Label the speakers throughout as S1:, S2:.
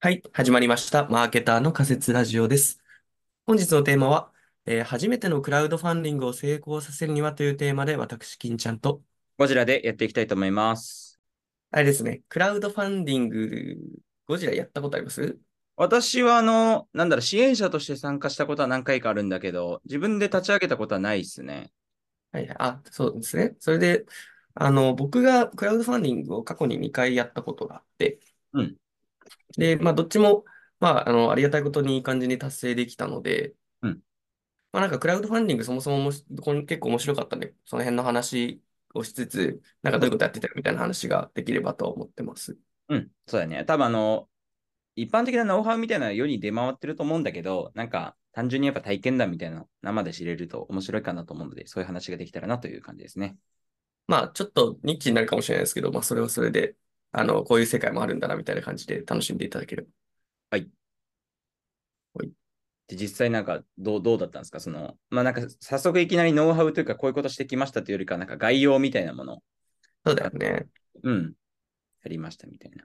S1: はい、始まりました。マーケターの仮説ラジオです。本日のテーマは、えー初めてのクラウドファンディングを成功させるにはというテーマで、私、金ちゃんと、
S2: ゴジラでやっていきたいと思います。
S1: あれですね、クラウドファンディング、ゴジラやったことあります
S2: 私は、あの、なんだろう、支援者として参加したことは何回かあるんだけど、自分で立ち上げたことはないですね。
S1: はいはい、あ、そうですね。それで、あの、僕がクラウドファンディングを過去に2回やったことがあって、
S2: うん。
S1: で、まあ、どっちも、まあ、あの、ありがたいことにいい感じに達成できたので、
S2: うん。
S1: まあ、なんかクラウドファンディングそもそもおもしこれ結構面白かったんで、その辺の話をしつつ、なんかどういうことやってたみたいな話ができればと思ってます。
S2: うん。そうだね。多分あの、一般的なノウハウみたいなのは世に出回ってると思うんだけど、なんか、単純にやっぱ体験談みたいなの生で知れると面白いかなと思うので、そういう話ができたらなという感じですね。
S1: まあ、ちょっとニッチになるかもしれないですけど、まあ、それはそれで、あの、こういう世界もあるんだな、みたいな感じで楽しんでいただければ。
S2: はい。
S1: はい。
S2: で、実際なんかどう、どうだったんですかその、まあなんか早速いきなりノウハウというかこういうことしてきましたというよりか、なんか概要みたいなもの、
S1: そうだ
S2: あ
S1: よね。
S2: うん、やりましたみたいな。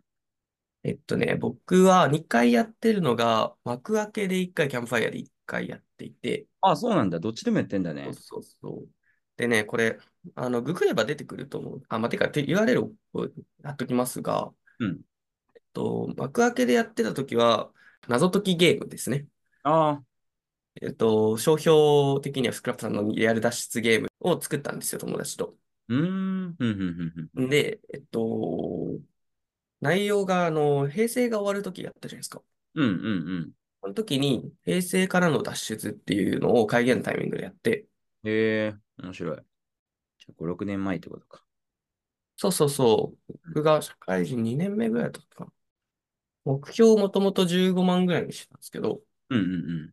S1: えっとね、僕は2回やってるのが、幕開けで1回、キャンプファイヤーで1回やっていて、
S2: あ、そうなんだ。どっちでもやってんだ
S1: そう
S2: ね。
S1: そうそう。でね、これ、あの、ググれば出てくると思う。あ、まあ、てか、て URL を貼っときますが、
S2: うん。
S1: えっと、幕開けでやってた時は、謎解きゲームですね。
S2: ああ、
S1: えっと、商標的にはスクラップさんのリアル脱出ゲームを作ったんですよ、友達と。
S2: うーん、ふんふんふんふん。
S1: んで、えっと、内容が、あの、平成が終わる時やったじゃないですか。
S2: うん、うん、うん。
S1: この時に、平成からの脱出っていうのを改元タイミングでやって、
S2: へえ、面白い。じゃあ5、6年前ってことか。
S1: そうそうそう、
S2: うん
S1: 僕が社会人2年目ぐらいだったかな。目標をもともと15万ぐらいにしてたんですけど、
S2: うん、うん、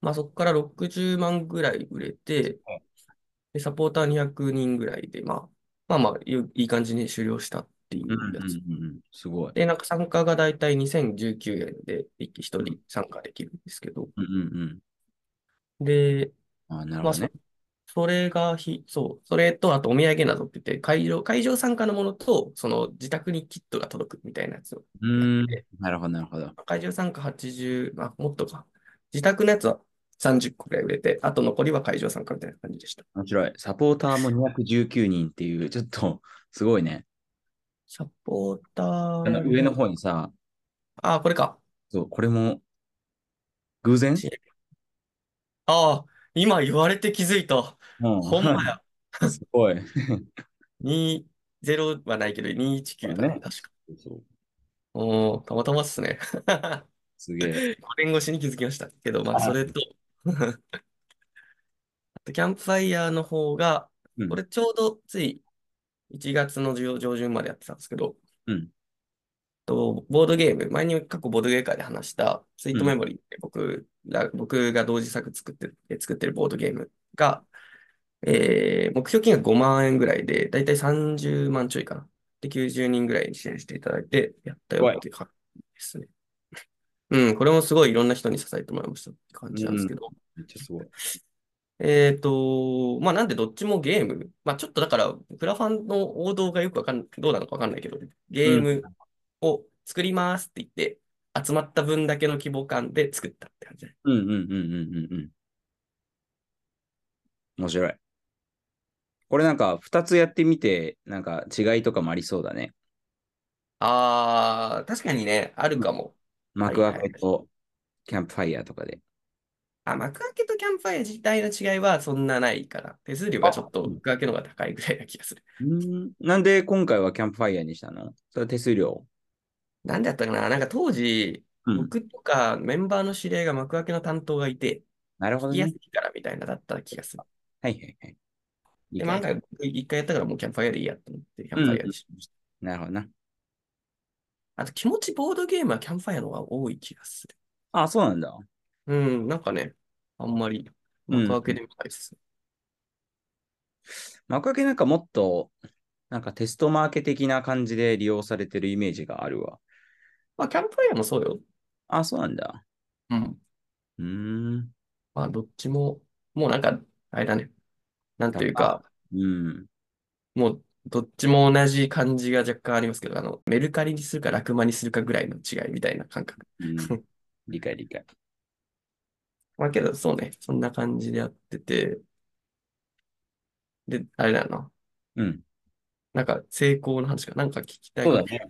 S1: まあそこから60万ぐらい売れて、
S2: うん。
S1: で、サポーター200人ぐらいで、まあ、まあまあ、いいいい感じに終了したってい
S2: うん、
S1: うや
S2: うん、
S1: つ。
S2: うんうん。すごい。
S1: で、なんか参加がだいたい2019円で一一
S2: うん、
S1: 人参加できるんですけど、
S2: うん、うんうん。
S1: で、
S2: ああ、な
S1: ま
S2: るほ
S1: あ
S2: ど
S1: そ、
S2: ね。
S1: それがひ、そう、それと、あとお土産などって言って、会場、会場参加のものと、その自宅にキットが届くみたいなやつを
S2: う
S1: やっ
S2: ーん、
S1: て、
S2: なるほど、なるほど。
S1: 会場参加80、あ、もっとか。自宅のやつは30個くらい売れて、あと残りは会場参加みたいな感じでした。
S2: 面白い。サポーターも219人っていう、ちょっと、すごいね。
S1: サポータ
S2: あの
S1: ー
S2: 上の
S1: に、
S2: 方にさ、
S1: あ、これか。
S2: そう、これも偶然
S1: ちああ、今言われて気づいた。
S2: うん。
S1: ほんまや。
S2: すごい。
S1: 20はないけど、219
S2: だ
S1: だね、
S2: ね。
S1: 確か。
S2: そうそう
S1: おー、たまたまっすね。
S2: すげえ。
S1: 5年越しに気づきましたけど、まあ、そ
S2: あ
S1: れと、 あとキャンプファイヤーの方が、
S2: う
S1: こ
S2: ん、
S1: れちょうどつい1月の上上旬までやってたんですけど、
S2: うん、
S1: と、ボードゲーム、前に過去ボードゲーム会で話したスイー
S2: う
S1: ト
S2: ん、
S1: メモリーって僕ら、僕が同時作作ってる、え作ってるボードゲームが、えー目標金額5万円ぐらいで、だいたい30万ちょいかな。で、90人ぐらいに支援していただいて、やった
S2: す
S1: よ
S2: ご
S1: っ
S2: い。
S1: ていう感じですね。うん、これもすごいいろんな人に支えてもらいましたって感
S2: う
S1: じなんです
S2: ん、
S1: けど。
S2: めっちゃすごい。
S1: えっと、まあ、なんでどっちもゲーム。まあ、ちょっとだから、クラファンの王道がよくわかん、どうなのかわかんないけど、
S2: う
S1: ゲー
S2: ん、
S1: ムを作りますって言って、集まった分だけの規模感で作ったって感じ。
S2: うん、うん、うん、うん、うん。うん面白い。これなんか、2つやってみて、なんか違いとかもありそうだね。
S1: ああ、確かにね、ある
S2: うん
S1: かも。は
S2: 幕
S1: いは
S2: 開
S1: い。
S2: けとキャンプファイヤーとかで。
S1: あ、幕開けとキャンプファイヤー自体の違いはそんなないから、手数料がちょ
S2: あ、
S1: っと
S2: うん
S1: 幕開けの方が高いぐらいな気がする。
S2: うんなんで今回はキャンプファイヤーにしたのそれは手数料。
S1: なんでやったかななんか当時、
S2: うん。
S1: 僕とかメンバーの知り合いが幕開けの担当がいて、
S2: なる
S1: 聞
S2: ほど
S1: きやす
S2: ね。
S1: いからみたいなだった気がする。
S2: はいはいはい。理
S1: で、まあ、
S2: 解。
S1: なんか僕一回やったからもうキャンプファイヤーでいいやと思って、キャンプ
S2: うん、
S1: ファ
S2: うん
S1: イヤーにしました。
S2: なるほどな。
S1: あと気持ちボードゲームはキャンプファイヤーの方が多い気がする。
S2: あ、そうなんだ。
S1: うん、なんかね、あんまり
S2: う
S1: 幕
S2: ん。
S1: 開けで見ないですね。
S2: 幕開けなんかもっと、なんかテストマーケ的な感じで利用されてるイメージがあるわ。
S1: まあ、キャンプファイヤーもそうよ。
S2: あ、そうなんだ。
S1: うん。
S2: うーん。
S1: まあ、どっちも、もうなんか、あれだね。なん
S2: だ
S1: という
S2: あ、
S1: か、
S2: うん。
S1: どっちも同じ感じが若干ありますけど、あの、メルカリにするかラクマにするかぐらいの違いみたいな感覚。
S2: うん、理解理解。
S1: まあけど、そうね、そんな感じでやってて、で、あれだよな。
S2: うん。
S1: なんか、成功の話か。なんか聞きたい
S2: そ
S1: こ
S2: う
S1: と
S2: だね。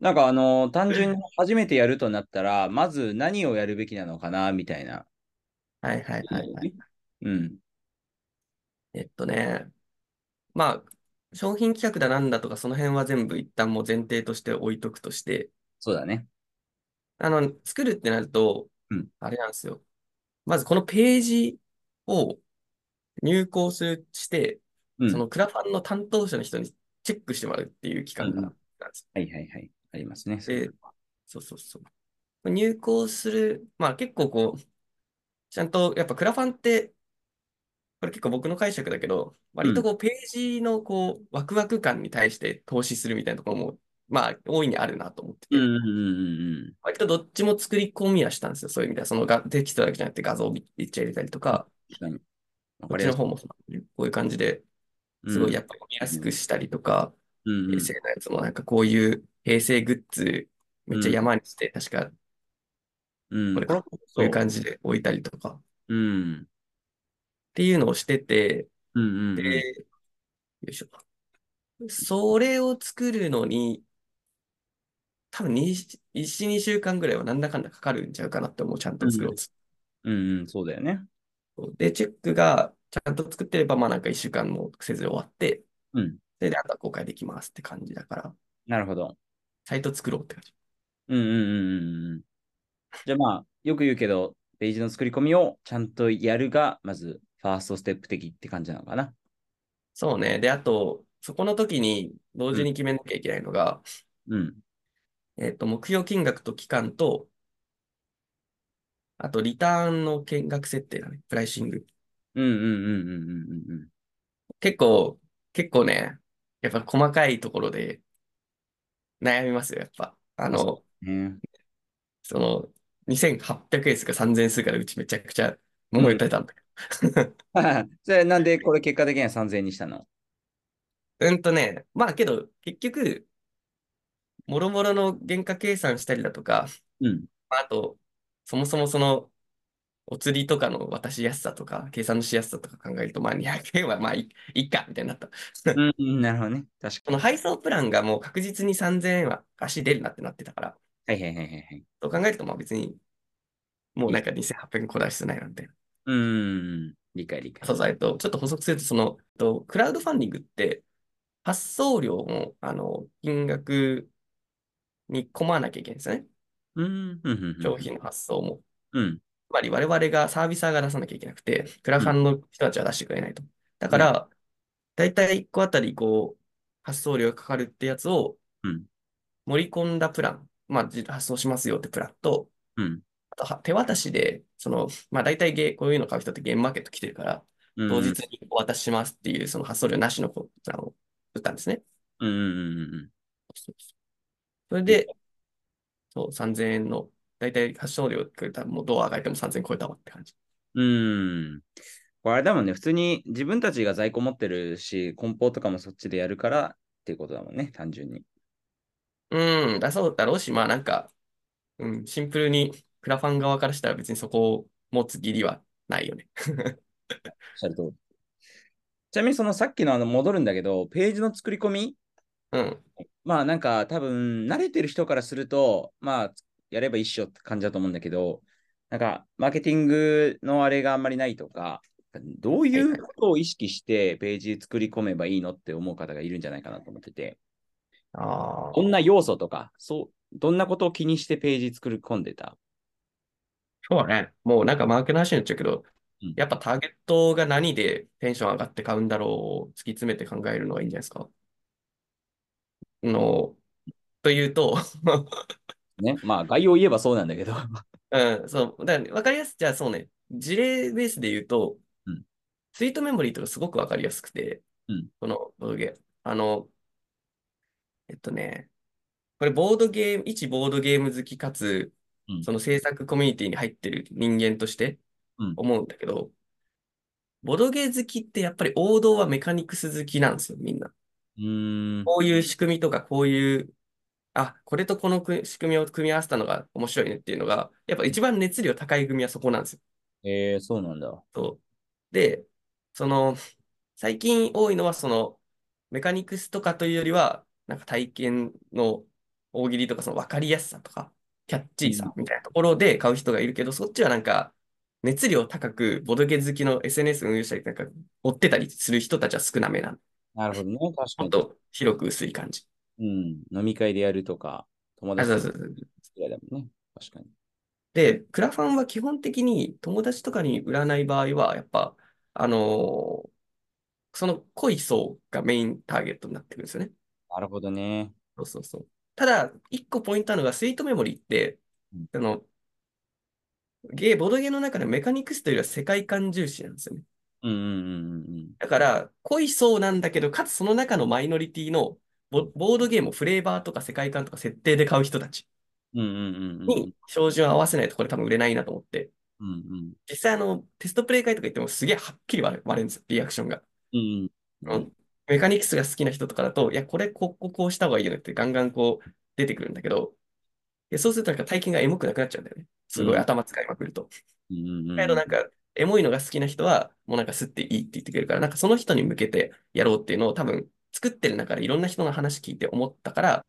S2: なんかあの、単純に初めてやるとなったら、まず何をやるべきなのかな、みたいな。
S1: はいはいはいはい。
S2: うん。
S1: えっとね、まあ、商品企画だなんだとか、その辺は全部一旦もう前提として置いとくとして、
S2: そうだね。
S1: あの、作るってなると
S2: うん、
S1: あれなんですよ。まずこのページを入稿する、して、
S2: うん。
S1: そのクラファンの担当者の人にチェックしてもらうっていう期間が
S2: うん
S1: なんです
S2: はいはいはい。ありますね。
S1: で、そうそうそう。入稿する、まあ結構こう、ちゃんとやっぱクラファンって、これ結構僕の解釈だけど、割とこうページのこうワクワク感に対して投資するみたいなところも、まあ大いにあるなと思って
S2: う
S1: て、
S2: んうんうん
S1: 割とどっちも作り込みはしたんですよ。そういう意味では、そのがテキストだけじゃなくて画像をめっちゃ入れたりとか、
S2: うん。わ
S1: こ
S2: か
S1: っ
S2: り
S1: ち
S2: や
S1: の
S2: す
S1: 方もこういう感じで
S2: い。
S1: すごい
S2: や
S1: やっぱり見やすくしたりとか、
S2: うんうん
S1: 平成のやつもなんかこういう平成グッズめっちゃ山にして、確か
S2: うん。
S1: これ
S2: これ
S1: そういう感じで置いたりとかっ
S2: うん。
S1: ていうのをしてて、
S2: うんうんうん。
S1: で、よいしょ。それを作るのに、多分に1、2週間ぐらいはなんだかんだかかるんちゃうかなって思う、ちゃんと作ろうとす
S2: うんうん、そうだよね。
S1: ると。で、チェックがちゃんと作ってれば、まあなんか1週間もせず終わって、
S2: うん。
S1: それで、あとは公開できますって感じだから、
S2: なるほど。
S1: サイト作ろうって感じ。
S2: うんうんうんうんうん。じゃあまあ、よく言うけど、ページの作り込みをちゃんとやるが、まず、ファーストステップ的って感じなのかな。
S1: そうね。で、あと、そこの時に同時に決めなきゃいけないのが、
S2: うん。
S1: えっと、目標金額と期間と、あと、リターンの金額設定だね。プライシング。
S2: うんうんうんうんうんうんうん。
S1: 結構、結構ね、やっぱ細かいところで悩みますよ、やっぱ。あの、
S2: ね、
S1: その、2800円するか3000円するからうちめちゃくちゃ桃打たれたんだけど。
S2: それなんでこれ結果的には3000円にしたの
S1: うんとね、まあけど、結局、もろもろの原価計算したりだとか、
S2: うん。
S1: まああと、そもそもその、お釣りとかの渡しやすさとか、計算のしやすさとか考えると、まあ200円はまあいいいっか、みたいになった。
S2: うんうん、なるほどね。確
S1: その配送プランがもう確実に3000円は足出るなってなってたから、
S2: かに。はいはいはいはいはい。
S1: そう考えるとまあ別に、もうなんか2800円こだわる必要ないなんて。
S2: うんうんうん。理解理解。
S1: そうそう、えっと、ちょっと補足すると、その、えっと、クラウドファンディングって、発送料も、あの、金額に込まわなきゃいけないんですよね。
S2: うん。うんうんうん
S1: 商品の発送も。
S2: うん。
S1: つまり我々がサービスーが出さなきゃいけなくて、クラファンの人たちは出してくれないと。だから、だいたい1個あたりこう、発送料がかかるってやつを
S2: うん
S1: 盛り込んだプラン、まあ、じ発送しますよってプランと、
S2: うん。
S1: あとは手渡しで、その、まあ大体ゲーこういうの買う人ってゲームマーケット来てるから、
S2: うん。
S1: 当日にお渡ししますっていう、その発送料なしのこプランを打ったんですね。
S2: うんうんうんうん。
S1: それで、そう、3000円の、大体発送料くれたら、もうどうあがいても3000円超えたわって感じ。
S2: うん。これあれだもんね。普通に自分たちが在庫持ってるし、梱包とかもそっちでやるからっていうことだもんね。単純に。
S1: うん、だそうだろうし、まあなんか、うん、シンプルにクラファン側からしたら別にそこを持つ義理はないよね。
S2: おっしゃる通りちなみにそのさっきのあの戻るんだけど、ページの作り込み
S1: うん、
S2: まあなんか多分慣れてる人からすると、まあやれば一緒って感じだと思うんだけど、なんかマーケティングのあれがあんまりないとか、どういうことを意識してページ作り込めばいいのって思う方がいるんじゃないかなと思ってて、
S1: あ
S2: どんな要素とか、そう、どんなことを気にしてページ作り込んでた
S1: そうね。もうなんかマーケの話になっちゃうけど、
S2: うん
S1: やっぱターゲットが何でテンション上がって買うんだろうを突き詰めて考えるのがいいんじゃないですか。の、というと、
S2: ね。まあ概要を言えばそうなんだけど。
S1: うん、そう、だからわかりやすい。じゃあそうね、事例ベースで言うと
S2: うん、
S1: スイートメモリーとかすごくわかりやすくて
S2: うん、
S1: このボードゲーム。あの、えっとね、これボードゲーム、一ボードゲーム好きかつ
S2: うん、
S1: その制作コミュニティに入ってる人間として
S2: うん
S1: 思うんだけど、ボードゲー好きってやっぱり王道はメカニクス好きなんですよ、みんな。
S2: うーん。
S1: こういう仕組みとか、こういう、あ、これとこのく仕組みを組み合わせたのが面白いねっていうのが、やっぱ一番熱量高い組はそこなんですよ。
S2: えー、そうなんだ。
S1: そうで、その、最近多いのは、その、メカニクスとかというよりは、なんか体験の大喜利とか、その分かりやすさとか、キャッチ
S2: う
S1: ー
S2: ん
S1: さみたいなところで買う人がいるけど、そっちはなんか、熱量高く、ボドゲ好きの SNS 運用したり、なんか、追ってたりする人たちは少なめなの。
S2: なるほどね。確
S1: ほ
S2: か
S1: ん
S2: に。
S1: と、広く薄い感じ。
S2: うん。飲み会でやるとか、友
S1: あ、
S2: 達
S1: そう
S2: と
S1: そう
S2: か
S1: そう。
S2: ぐらいだもんね。確かに。
S1: で、クラファンは基本的に友達とかに売らない場合は、やっぱ、あのーその濃い層がメインターゲットになってくるんですよね。
S2: なるほどね。
S1: そうそうそう。ただ、一個ポイントなのが、スイートメモリーって、
S2: うん
S1: あの、ゲー、ボードゲーの中でメカニクスというよりは世界観重視なんですよね。
S2: うんうんうんうん
S1: だから、濃い層なんだけど、かつその中のマイノリティのボ、ボードゲームをフレーバーとか世界観とか設定で買う人たち
S2: うん。うんうんうんうん
S1: に照準を合わせないとこれ多分売れないなと思って、
S2: うんうん。
S1: 実際あの、テストプレイ会とか行ってもすげえはっきり割れ、割れるんですよ、リアクションが。
S2: うんうん。
S1: うんメカニクスが好きな人とかだと、いや、これ、ここ、こうした方がいいよねってガンガンこう出てくるんだけど、でそうするとなんか体験がエモくなくなっちゃうんだよね。すごい頭使いまくると。
S2: うんうん
S1: だけどなんか、エモいのが好きな人は、もうなんか吸っていいって言ってくれるから、なんかその人に向けてやろうっていうのを多分、作ってる中でいろんな人の話聞いて思ったから、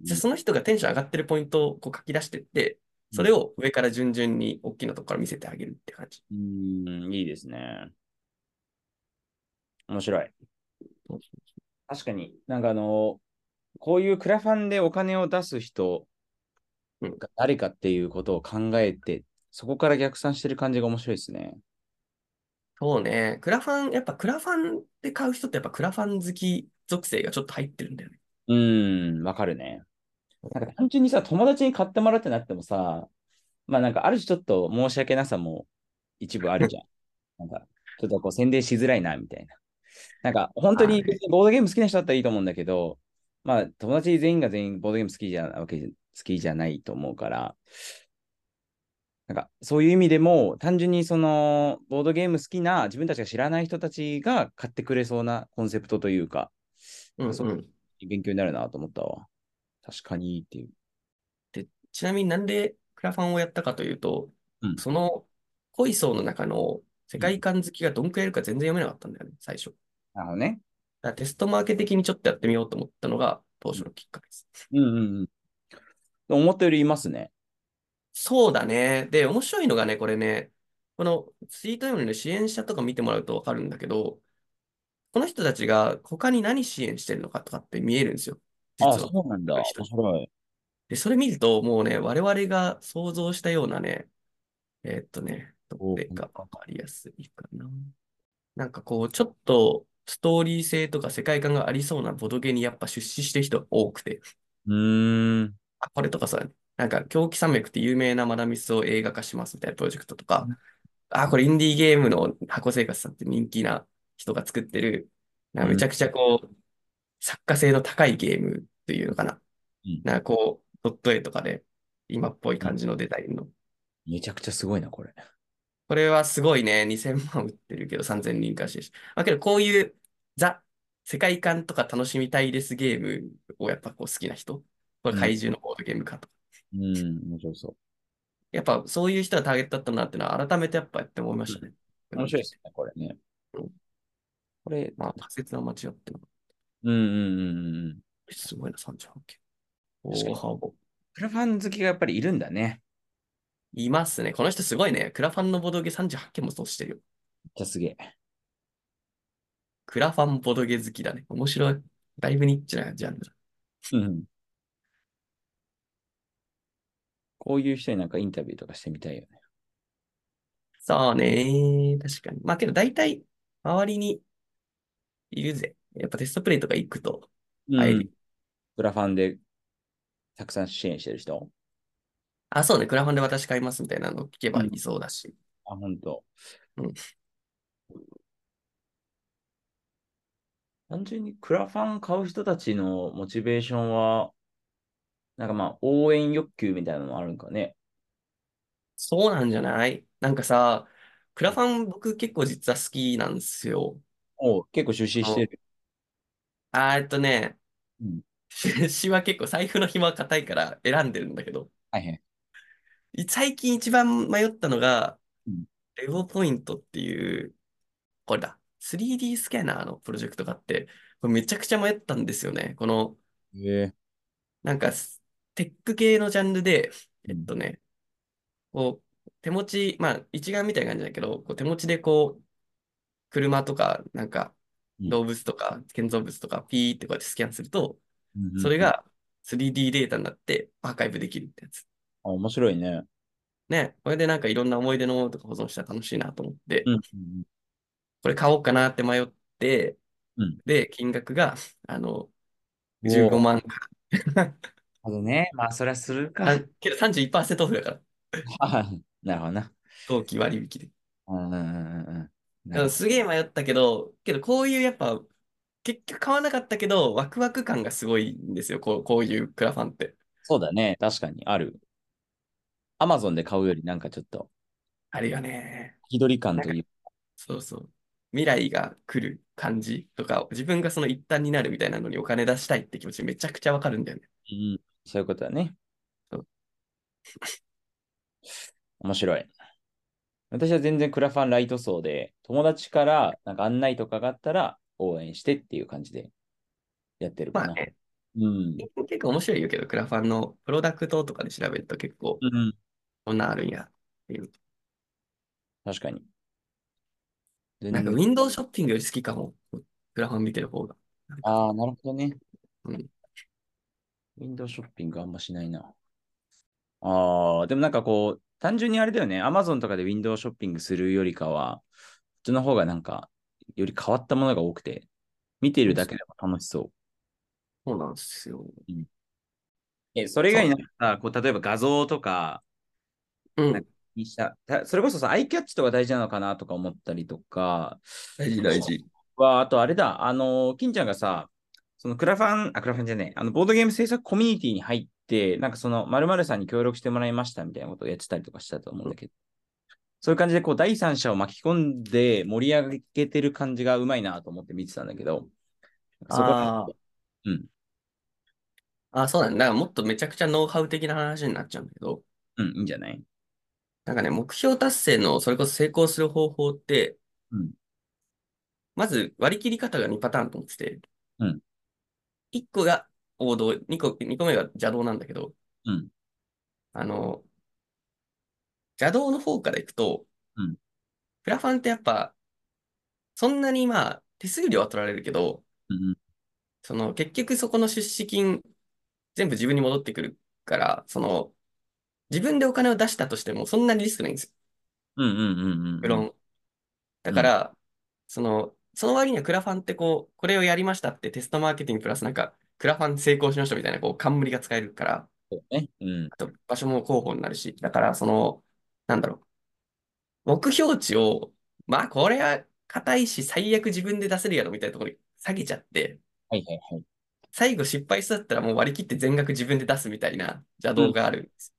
S1: じゃあその人がテンション上がってるポイントをこう書き出してって、それを上から順々に大きなとこから見せてあげるって感じ。
S2: うんいいですね。面白い。確かに、なんかあの、こういうクラファンでお金を出す人
S1: うん
S2: が誰かっていうことを考えて、そこから逆算してる感じが面白いですね。
S1: そうね。クラファン、やっぱクラファンで買う人ってやっぱクラファン好き属性がちょっと入ってるんだよね。
S2: うーん、わかるね。なんか単純にさ、友達に買ってもらうってなってもさ、まあなんかある種ちょっと申し訳なさも一部あるじゃん。 なんかちょっとこう宣伝しづらいなみたいな。なんか本当
S1: は
S2: に
S1: い。
S2: 別にボードゲーム好きな人だったらいいと思うんだけど、まあ友達全員が全員ボードゲーム好きじゃわけじゃ好きじゃないと思うから、なんかそういう意味でも単純にそのボードゲーム好きな自分たちが知らない人たちが買ってくれそうなコンセプトというか、
S1: うん
S2: そう
S1: うん。
S2: 勉強になるなと思ったわ。確かにっていう。
S1: で、ちなみになんでクラファンをやったかというと、
S2: うん
S1: その濃い層の中の世
S2: うん
S1: 界観好きがどんくらいいるか全然読めなかったんだよね、最初。
S2: なるほどね。
S1: だからテストマーケ的にちょっとやってみようと思ったのが当初のきっかけです。
S2: うんうんうん。思ったよりいますね。
S1: そうだね。で、面白いのがね、これね、このスイート読みの支援者とか見てもらうとわかるんだけど、この人たちが他に何支援してるのかとかって見えるんですよ。
S2: あ
S1: 実は。
S2: そうなんだ。面白い。
S1: で、それ見ると、もうね、我々が想像したようなね、えーっとね、ど
S2: お
S1: れがわかりやすいかな。なんかこう、ちょっとストーリー性とか世界観がありそうなボドゲにやっぱ出資してる人多くて、
S2: うーん。
S1: あ、これとかさ、なんか狂気山脈って有名なマダミスを映画化しますみたいなプロジェクトとか、あ、これインディーゲームの箱生活さんって人気な人が作ってる、なんかめちゃくちゃこう、作家性の高いゲームっていうのかな。
S2: うん
S1: なんかこう、ドット絵とかで今っぽい感じのデザインの。
S2: めちゃくちゃすごいな、これ。
S1: これはすごいね、2000万売ってるけど3000人化してるし。まあけどこういうザ、世界観とか楽しみたいですゲームをやっぱこう好きな人、これ
S2: うん
S1: 怪獣のボードゲームかと。
S2: うん、面白そ
S1: やっぱそういう人がターゲットだったんだってのは改めてやっぱやって思いましたね。
S2: う。面白いですね、これね。これ、
S1: まあ仮説は間違ってなかっ
S2: うんうんうんうん。
S1: たすごいな、38件。
S2: 確か
S1: 大
S2: に
S1: 幅。
S2: クラファン好きがやっぱりいるんだね。
S1: いますね。この人すごいね。クラファンのボドゲ38件もそうしてるよ。
S2: めっちゃすげえ。
S1: クラファンボドゲ好きだね。面白い。だいぶニッチなジャンルだ。
S2: うん。こういう人になんかインタビューとかしてみたいよね。
S1: そうね。確かに。まあけど大体、周りにいるぜ。やっぱテストプレイとか行くと、あえ
S2: う
S1: て
S2: ん。クラファンでたくさん支援してる人
S1: あ、そうね。クラファンで私買いますみたいなの聞けばいそうだし。
S2: あ、ほんと。
S1: うん
S2: 単純にクラファン買う人たちのモチベーションは、なんかまあ、応援欲求みたいなのもあるんかね。
S1: そうなんじゃないなんかさ、クラファン僕結構実は好きなんですよ。
S2: おう結構出資してる。
S1: あー、えっとね、
S2: うん
S1: 私は結構財布の紐は硬いから選んでるんだけど、
S2: はいはい。
S1: 最近一番迷ったのが
S2: うん、
S1: レゴポイントっていう、これだ、3D スキャナーのプロジェクトがあって、これめちゃくちゃ迷ったんですよね。この、
S2: え
S1: なんか、テック系のジャンルで、
S2: う
S1: えっ
S2: ん
S1: とね、こう、手持ち、まあ、一眼みたいな感じだけど、こう手持ちでこう、車とか、なんか、
S2: うん
S1: 動物とか、建造物とか、ピーってこうやってスキャンすると、
S2: うんうん
S1: それが 3D データになってアーカイブできるってやつ。
S2: あ、面白いね。
S1: ね、これでなんかいろんな思い出のものとか保存したら楽しいなと思って、
S2: うん。
S1: これ買おうかなって迷って
S2: うん、
S1: で、金額が、あの、
S2: おー
S1: 15万か。
S2: あとね、まあ、そりゃするか。
S1: あけど31%オフだから、
S2: はい なるほどな。
S1: 当期割引で。
S2: うんうんうんうんうん。な
S1: う
S2: る
S1: んすげえ迷ったけど、けどこういうやっぱ、結局買わなかったけど、ワクワク感がすごいんですよ、こう、こういうクラファンって。
S2: そうだね。確かにある。アマゾンで買うよりなんかちょっと、
S1: あれがね、
S2: 気取り感という
S1: そうそう。未来が来る感じとか、自分がその一端になるみたいなのにお金出したいって気持ちめちゃくちゃわかるんだよね。
S2: うんそういうことだね
S1: そう。
S2: 面白い。私は全然クラファンライト層で、友達からなんか案内とかがあったら応援してっていう感じでやってるか
S1: まあ
S2: な。
S1: ね、
S2: うん。
S1: 結構面白いよけど、クラファンのプロダクトとかで調べると結構、
S2: うん。
S1: こんなんあるんやっていう。
S2: 確かに。全
S1: なんか、ウ
S2: 然
S1: ィンドウショッピングより好きかも。クラファン見てる方が。なんか
S2: ああ、なるほどね。
S1: うん
S2: ウィンドウショッピングあんましないな。ああ、でもなんかこう、単純にあれだよね。アマゾンとかでウィンドウショッピングするよりかは、こっちの方がなんか、より変わったものが多くて、見ているだけでも楽しそう。
S1: そうなんですよ。
S2: え、それ以外になんか、こう、例えば画像とか
S1: うん。
S2: にした、たそれこそさ、アイキャッチとか大事なのかなとか思ったりとか、
S1: 大事大事。
S2: は、あとあれだ、あの、金ちゃんがさ、そのクラファン、あ、クラファンじゃねえ、あの、ボードゲーム制作コミュニティに入って、なんかその、〇〇さんに協力してもらいましたみたいなことをやってたりとかしたと思うんだけど、そういう感じで、こう、第三者を巻き込んで盛り上げてる感じがうまいなと思って見てたんだけど、そこ
S1: あー
S2: うん
S1: あー、そうだね。だからもっとめちゃくちゃノウハウ的な話になっちゃうんだけど、
S2: うん、いいんじゃない
S1: なんかね、目標達成のそれこそ成功する方法って、
S2: うん
S1: まず割り切り方が2パターンと思ってて、
S2: うん
S1: 1個が王道、2個、二個目が邪道なんだけど、
S2: うん
S1: あの、邪道の方からいくと、
S2: うん
S1: クラファンってやっぱ、そんなにまあ、手数料は取られるけど、
S2: うん、
S1: その結局そこの出資金全部自分に戻ってくるから、その自分でお金を出したとしてもそんなにリスクないんですよ、
S2: うん、うん、うん、うん。
S1: 無論。だから、その、その割にはクラファンってこう、これをやりましたってテストマーケティングプラスなんか、クラファン成功しましたみたいなこう冠が使えるから、
S2: そうね。うん、
S1: あと場所も候補になるし、だからその、なんだろう、目標値を、まあこれは硬いし最悪自分で出せるやろみたいなところに下げちゃって、
S2: はい、はい、はい。
S1: 最後失敗しそうだったらもう割り切って全額自分で出すみたいな邪道があるんです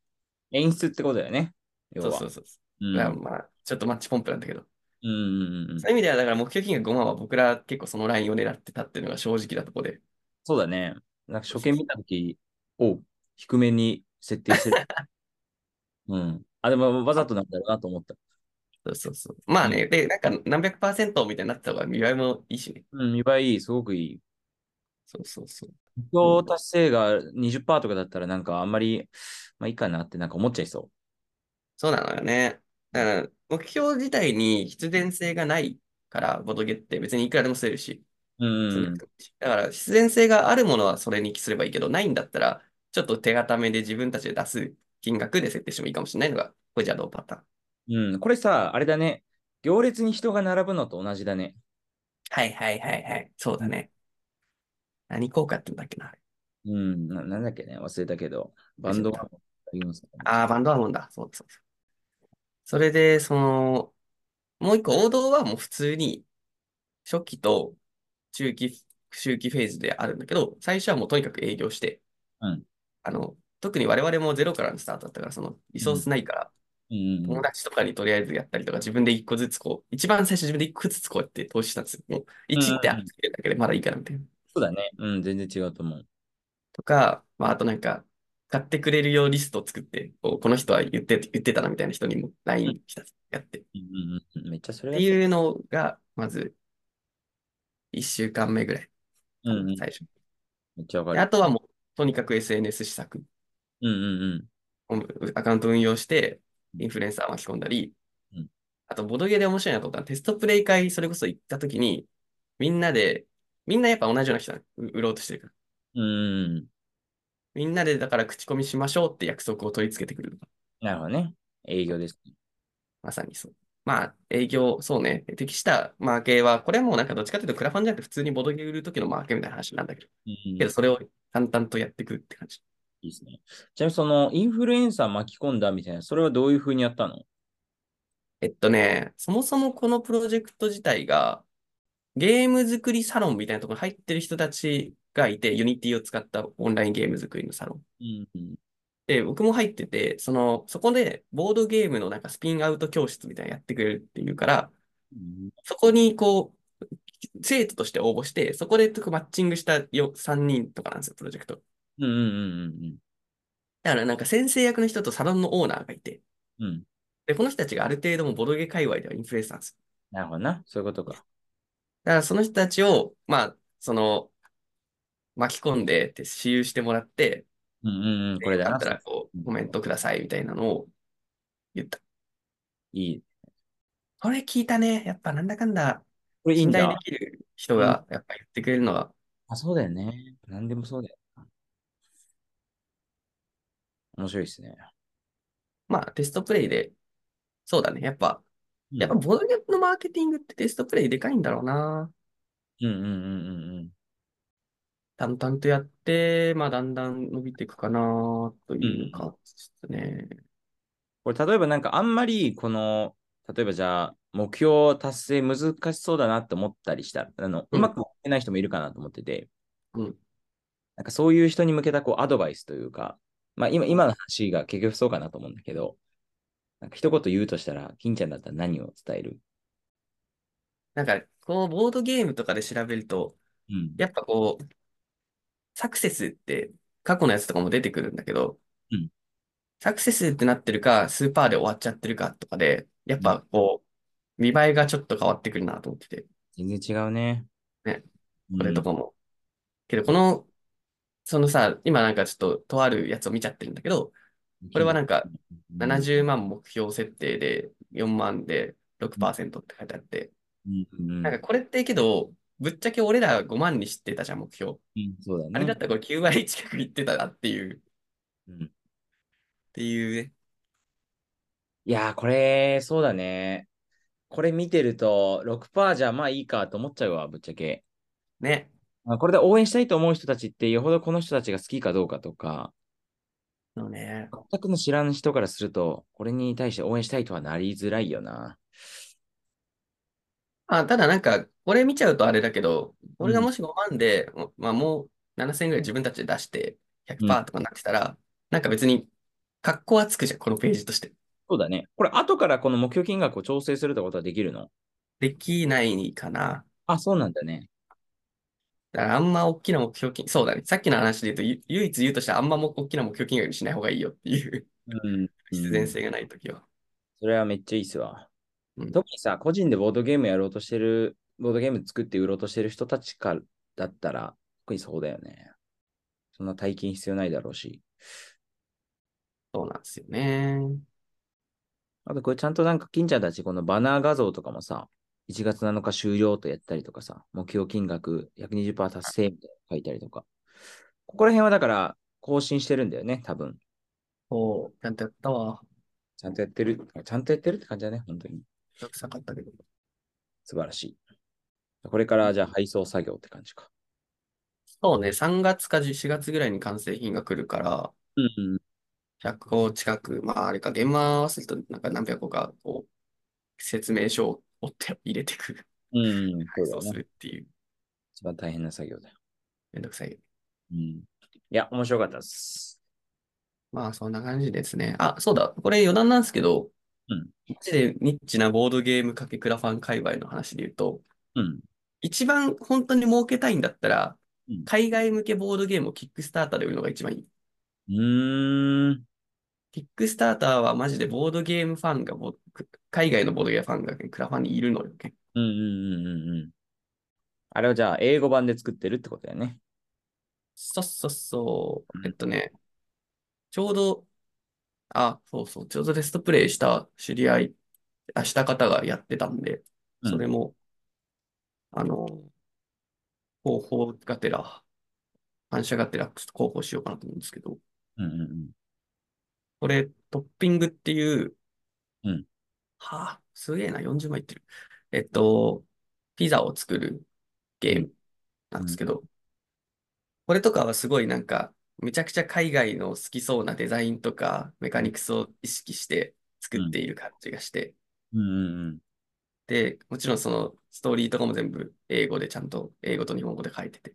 S2: 演出ってことだよね。要
S1: よ。
S2: は。
S1: そうそうそう。
S2: うん、
S1: だからまあ、ちょっとマッチポンプなんだけど。
S2: うん、うん、うん。
S1: そういう意味では、だから目標金額5万は僕ら結構そのラインを狙ってたっていうのが正直なとこで。
S2: そうだね。なんか初見見たときを低めに設定 してる。うん。あ、でもわざとなんだろうなと思った。
S1: そうそうそう。まあね、で、なんか何百パーセントみたいになってた方が見栄えもいいしね。
S2: うん、見栄えいい、すごくいい。
S1: そうそうそう。
S2: 目標達成が20%とかだったらなんかあんまり、まあいいかなってなんか思っちゃいそ
S1: そうなのよね。だから目標自体に必然性がないから、ボトゲって別にいくらでもするし。
S2: う。うん。
S1: だから必然性があるものはそれに帰すればいいけど、ないんだったら、ちょっと手固めで自分たちで出す金額で設定してもいいかもしれないのが、これじゃどうパターン。
S2: うん。これさ、あれだね。行列に人が並ぶのと同じだね。
S1: はいはいはいはい。そうだね。何効果って言うんだっけな。
S2: うん。ななんだっけね。忘れたけど。バンドは言いますね
S1: ああ、バンドアーモンだ。そうそうそう。それで、その、もう一個王道はもう普通に、初期と中期、周期フェーズであるんだけど、最初はもうとにかく営業して、
S2: うん
S1: あの、特に我々もゼロからのスタートだったから、その、リソースないから、
S2: うんうんう
S1: 友
S2: ん。
S1: 達とかにとりあえずやったりとか、自分で一個ずつこう、一番最初自分で一個ずつこうやって投資したんですよ。もう
S2: うんうん
S1: 1ってあってるだけでまだいいからみたいな。
S2: そうだね。うん、全然違うと思う。
S1: とか、まあ、あとなんか、買ってくれるようリスト作って、こうこの人は言って、言ってたなみたいな人にも LINE ひたすらやって。っ
S2: うんうんうん、めっちゃそれ
S1: て
S2: やってる
S1: いうのが、まず、1週間目ぐらい、
S2: うんうん、
S1: 最初。
S2: めっちゃわか
S1: で
S2: る。
S1: あとはもう、とにかく SNS 施策、
S2: うんうんうん。
S1: アカウント運用して、インフルエンサー巻き込んだり
S2: うん、
S1: あと、ボドゲで面白いなと思ったのは、テストプレイ会、それこそ行った時に、みんなで、みんなやっぱ同じような人なのう売ろうとしてるから。
S2: うんうん。
S1: みんなでだから口コミしましょうって約束を取り付けてくるのが
S2: なるほどね。営業ですね。
S1: まさにそう。まあ、営業、そうね、適したマーケは、これはもうなんかどっちかというとクラファンじゃなくて普通にボドゲ売る時のマーケみたいな話なんだけど、
S2: うんうん、
S1: けどそれを淡々とやっていくって感じ。
S2: いいですね。ちなみにそのインフルエンサー巻き込んだみたいな、それはどういうふうにやったの
S1: えっとね、そもそもこのプロジェクト自体が、ゲーム作りサロンみたいなところに入ってる人たちがいて、ユニティを使ったオンラインゲーム作りのサロン。
S2: うんうん。
S1: で、僕も入ってて、その、そこでボードゲームのなんかスピンアウト教室みたいなのやってくれるっていうから、
S2: うん
S1: そこにこう、生徒として応募して、そこでマッチングしたよ3人とかなんですよ、プロジェクト。
S2: うんうん
S1: だからなんか先生役の人とサロンのオーナーがいて、
S2: うん。うん。
S1: で、この人たちがある程度もボドゲ界隈ではインフルエンサーなんですよ。
S2: なるほどな。そういうことか。
S1: だからその人たちを、まあ、その、巻き込んで、で私有してもらって、
S2: うんうんうん。これだ
S1: だ
S2: な
S1: った。らこう、コメントくださいみたいなのを言った。
S2: いい。
S1: これ聞いたね。やっぱなんだかんだ、
S2: これいい
S1: 信
S2: ん
S1: 頼
S2: だ
S1: で。きる人がやっぱ言ってくれるのは、
S2: あ、そうだよね。何でもそうだよな。面白いですね。
S1: まあ、テストプレイで、そうだね。やっぱ、
S2: うん
S1: やっぱボードゲームのマーケティングってテストプレイでかいんだろうな。
S2: うんうんうんうんうん。
S1: 淡々とやって、まあだんだん伸びていくかなという感じですね。
S2: これ、例えばなんかあんまり、この、例えばじゃあ、目標達成難しそうだなって思ったりしたら、あの、
S1: う
S2: うんまくいってない人もいるかなと思ってて、
S1: うん
S2: なんかそういう人に向けたこうアドバイスというか、まあ今、今の話が結局そうかなと思うんだけど、なんか一言言うとしたら、金ちゃんだったら何を伝える
S1: なんか、こう、ボードゲームとかで調べると、
S2: うん。
S1: やっぱこう、サクセスって過去のやつとかも出てくるんだけど
S2: うん、
S1: サクセスってなってるか、スーパーで終わっちゃってるかとかで、やっぱこう、見栄えがちょっと変わってくるなと思ってて、
S2: 全然違うね。
S1: ね。
S2: うん
S1: これとかも。けど、この、そのさ、今なんかちょっと、とあるやつを見ちゃってるんだけど、これはなんか、70万目標設定で4万で6%って書いてあって、
S2: うんうんうん
S1: なんかこれってけど、ぶっちゃけ俺ら5万に知ってたじゃん、目標。
S2: うんそうだね。
S1: あれだったらこれ9割近くいってたなっていう、っ
S2: うん
S1: ていうね。
S2: いやー、これ、そうだね。これ見てると、6%じゃまあいいかと思っちゃうわ、ぶっちゃけ。
S1: ね。
S2: まあこれで応援したいと思う人たちって、よほどこの人たちが好きかどうかとか、
S1: のね。
S2: 全くの知らん人からすると、これに対して応援したいとはなりづらいよな。
S1: あ、ただなんか、これ見ちゃうとあれだけど、俺がもし5万で、もまあもう7000円ぐらい自分たちで出して100%とかなってたら、なんか別に、格好はつくじゃん、このページとして。
S2: そうだね。これ、後からこの目標金額を調整するってことはできるの
S1: できないかな。
S2: あ、そうなんだね。
S1: だからあんま大きな目標金、そうだね。さっきの話で言うと、ゆ唯一言うとしたらあんまも大きな目標金額にしない方がいいよっていう
S2: うん。
S1: 必然性がないときは。
S2: それはめっちゃいいっすわ。
S1: うん
S2: 特にさ、個人でボードゲームやろうとしてる、ボードゲーム作って売ろうとしてる人たちからだったら、特にそうだよね。そんな大金必要ないだろうし。
S1: そうなんですよね。
S2: あと、これちゃんとなんか、金ちゃんたち、このバナー画像とかもさ、1月7日終了とやったりとかさ、目標金額120%達成みたいなの書いたりとか。ここら辺はだから、更新してるんだよね、多分。
S1: そう、ちゃんとやったわ。
S2: ちゃんとやってる、ちゃんとやってるって感じだね、本当に。
S1: めんどくさかったけど。
S2: 素晴らしい。これからじゃあ配送作業って感じか。
S1: そうね、3月か4月ぐらいに完成品が来るから、
S2: うん。
S1: 100個近く、まああれか、現場合わせるとなんか何百個か、こう、説明書を折って入れてくる、
S2: うん、そうだ
S1: そう
S2: よ
S1: す
S2: ね。
S1: るっていう、
S2: 一番大変な作業だよ。
S1: めんどくさい。
S2: うん。いや、面白かったです。
S1: まあそんな感じですね。あ、そうだ、これ余談なんですけど、
S2: うん
S1: マジでニッチなボードゲームかけクラファン界隈の話で言うと、
S2: うん。
S1: 一番本当に儲けたいんだったら、
S2: うん
S1: 海外向けボードゲームをキックスターターで売るのが一番いい。
S2: うーん。
S1: キックスターターはマジでボードゲームファンがボ、海外のボードゲームファンがクラファンにいるのよ。
S2: うんうんうんうんうん。あれはじゃあ、英語版で作ってるってことだよね。
S1: そうそうそうう。
S2: ん
S1: えっとね、ちょうど、あ、そうそう、ちょうどテストプレイした知り合い、あ、した方がやってたんで、
S2: うん
S1: それも、あの、広報がてら、反射がてら、ちょっと広報しようかなと思うんですけど、
S2: うんうんうん。
S1: これ、トッピングっていう、
S2: うん
S1: はあ、すげえな、40枚いってる。えっと、ピザを作るゲームなんですけど、これとかはすごいなんか、むちゃくちゃ海外の好きそうなデザインとかメカニクスを意識して作っている感じがして、
S2: うんうん
S1: で、もちろんそのストーリーとかも全部英語でちゃんと英語と日本語で書いてて。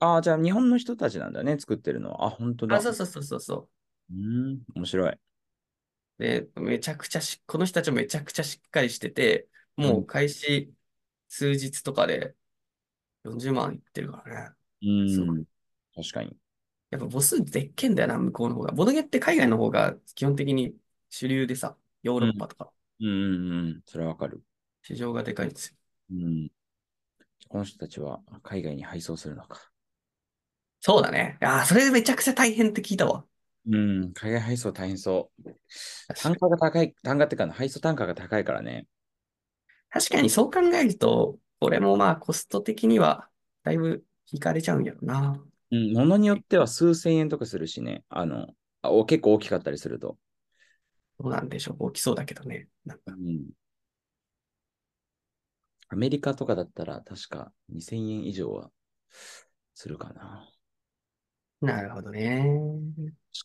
S2: ああ、じゃあ、日本の人たちなんだね、作ってるのは。あ、本当だ。
S1: あ、そうそうそうそうそう
S2: ーん、面白い。
S1: う。で、めちゃくちゃし、この人たちもめちゃくちゃしっかりしてて、もう開始数日とかで40万いってるからね。
S2: う
S1: す
S2: ー
S1: ご
S2: ん、確かに。
S1: やっぱ母数絶けんだよな、向こうの方が。ボドゲって海外の方が基本的に主流でさ、ヨーロッパとか
S2: うんうんうん、それはわかる。
S1: 市場がでかいんですよ。
S2: うん。この人たちは海外に配送するのか。
S1: そうだね。ああ、それめちゃくちゃ大変って聞いたわ。
S2: うん、海外配送大変そう。
S1: 確か
S2: 単
S1: に
S2: 価が高い、単価ってかな、配送単価が高いからね。
S1: 確かにそう考えると、これもまあコスト的にはだいぶ引かれちゃうんやろな。
S2: うん、ものによっては数千円とかするしね。あの、あお結構大きかったりすると。
S1: どうなんでしょう。大きそうだけどね。なん
S2: う
S1: か
S2: ん。アメリカとかだったら、確か2000円以上はするかな。
S1: なるほどね。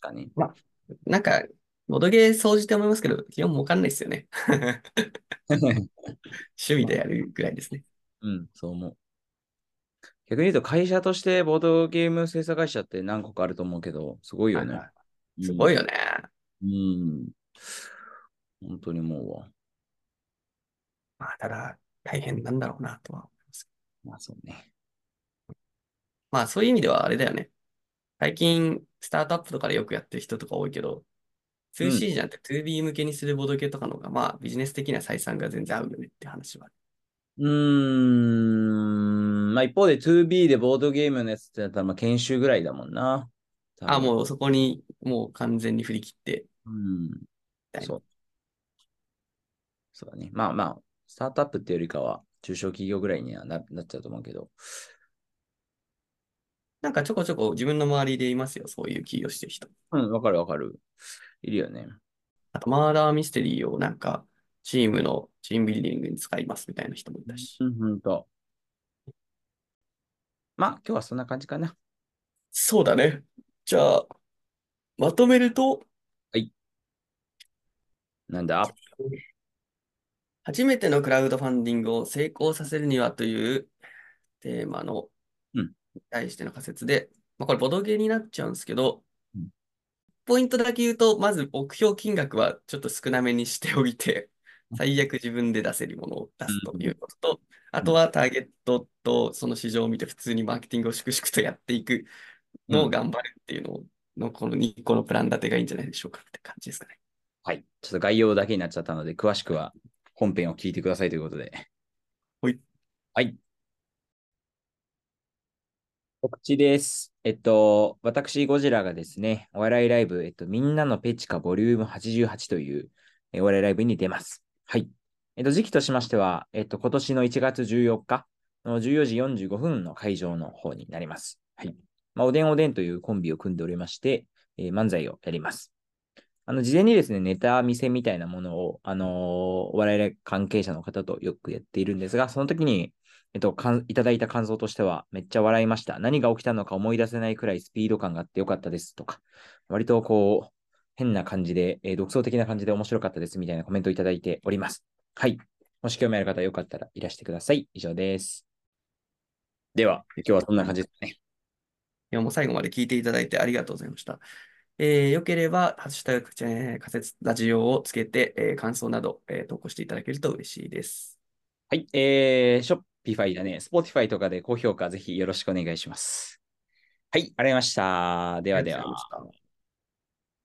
S2: 確かに。
S1: なんか、ボドゲー総じて思いますけど、基本儲かんないですよね。 趣味でやるぐらいですね。
S2: うん、そう思う。逆に言うと、会社としてボードゲーム制作会社って何個かあると思うけど、すごいよ
S1: は
S2: ね
S1: いは。いすごい
S2: よ。
S1: よね。
S2: うん。本当に思うわ。
S1: まあ、ただ、大変なんだろうなとは思います。
S2: まあそうね。
S1: まあ、そういう意味ではあれだよね。最近、スタートアップとかでよくやってる人とか多いけど、
S2: うん
S1: 2C じゃなくて 2B 向けにするボードゲとかの方が、まあ、ビジネス的には採算が全然合うよねって話はある。
S2: うーん。まあ一方で 2B でボードゲームのやつってなったら、まあ研修ぐらいだもんな。
S1: あ、
S2: う。
S1: もうそこに、もう完全に振り切って、
S2: うん。
S1: みたいな
S2: そう。そうだね。まあまあ、スタートアップっていうよりかは、中小企業ぐらいにはななっちゃうと思うけど。
S1: なんかちょこちょこ自分の周りでいますよ、そういう起業してる人。
S2: うん、わかるわかる。いるよね。
S1: あと、マーダーミステリーをなんか、チームのチームビルディングに使いますみたいな人もいたし。
S2: うん、ほんと。まあ、今日はそんな感じかな。
S1: そうだね。じゃあ、まとめると、
S2: なんだ
S1: 初めてのクラウドファンディングを成功させるにはというテーマの、
S2: うん
S1: 対しての仮説で、まあ、これボドゲになっちゃうんですけど、
S2: うん
S1: ポイントだけ言うと、まず目標金額はちょっと少なめにしておいて、最悪自分で出せるものを出すということと、あとはターゲットとその市場を見て普通にマーケティングを粛々とやっていくのを頑張るっていうののこの2個のプラン立てがいいんじゃないでしょうかって感じですかね。
S2: はい。ちょっと概要だけになっちゃったので、詳しくは本編を聞いてくださいということで。
S1: ほい。
S2: はい。告知です。えっと、私、ゴジラがですね、お笑いライブ、えっと、みんなのペチカボリューム88という、えお笑いライブに出ます。はい。えっと、時期としましては、えっと、今年の1月14日の14時45分の会場の方になります。はい。まあ、おでんおでんというコンビを組んでおりまして、えー漫才をやります。あの、事前にですね、ネタ見せみたいなものを、あのーお笑い関係者の方とよくやっているんですが、その時に、えっと、かんいただいた感想としては、めっちゃ笑いました。何が起きたのか思い出せないくらいスピード感があってよかったですとか、割とこう、変な感じで、えー独創的な感じで面白かったですみたいなコメントをいただいております。はい。もし興味ある方、よかったらいらしてください。以上です。では、今日はそんな感じですね。
S1: いや、もう最後まで聞いていただいてありがとうございました。えー、よければ、ハッシュタグ、えー仮説ラジオをつけて、えー感想など、えー投稿していただけると嬉しいです。
S2: はい。えー、Shopify だね、Spotify とかで高評価ぜひよろしくお願いします。
S1: はい、ありがとうございました。ではで
S2: ありがとうござい
S1: は
S2: ま。した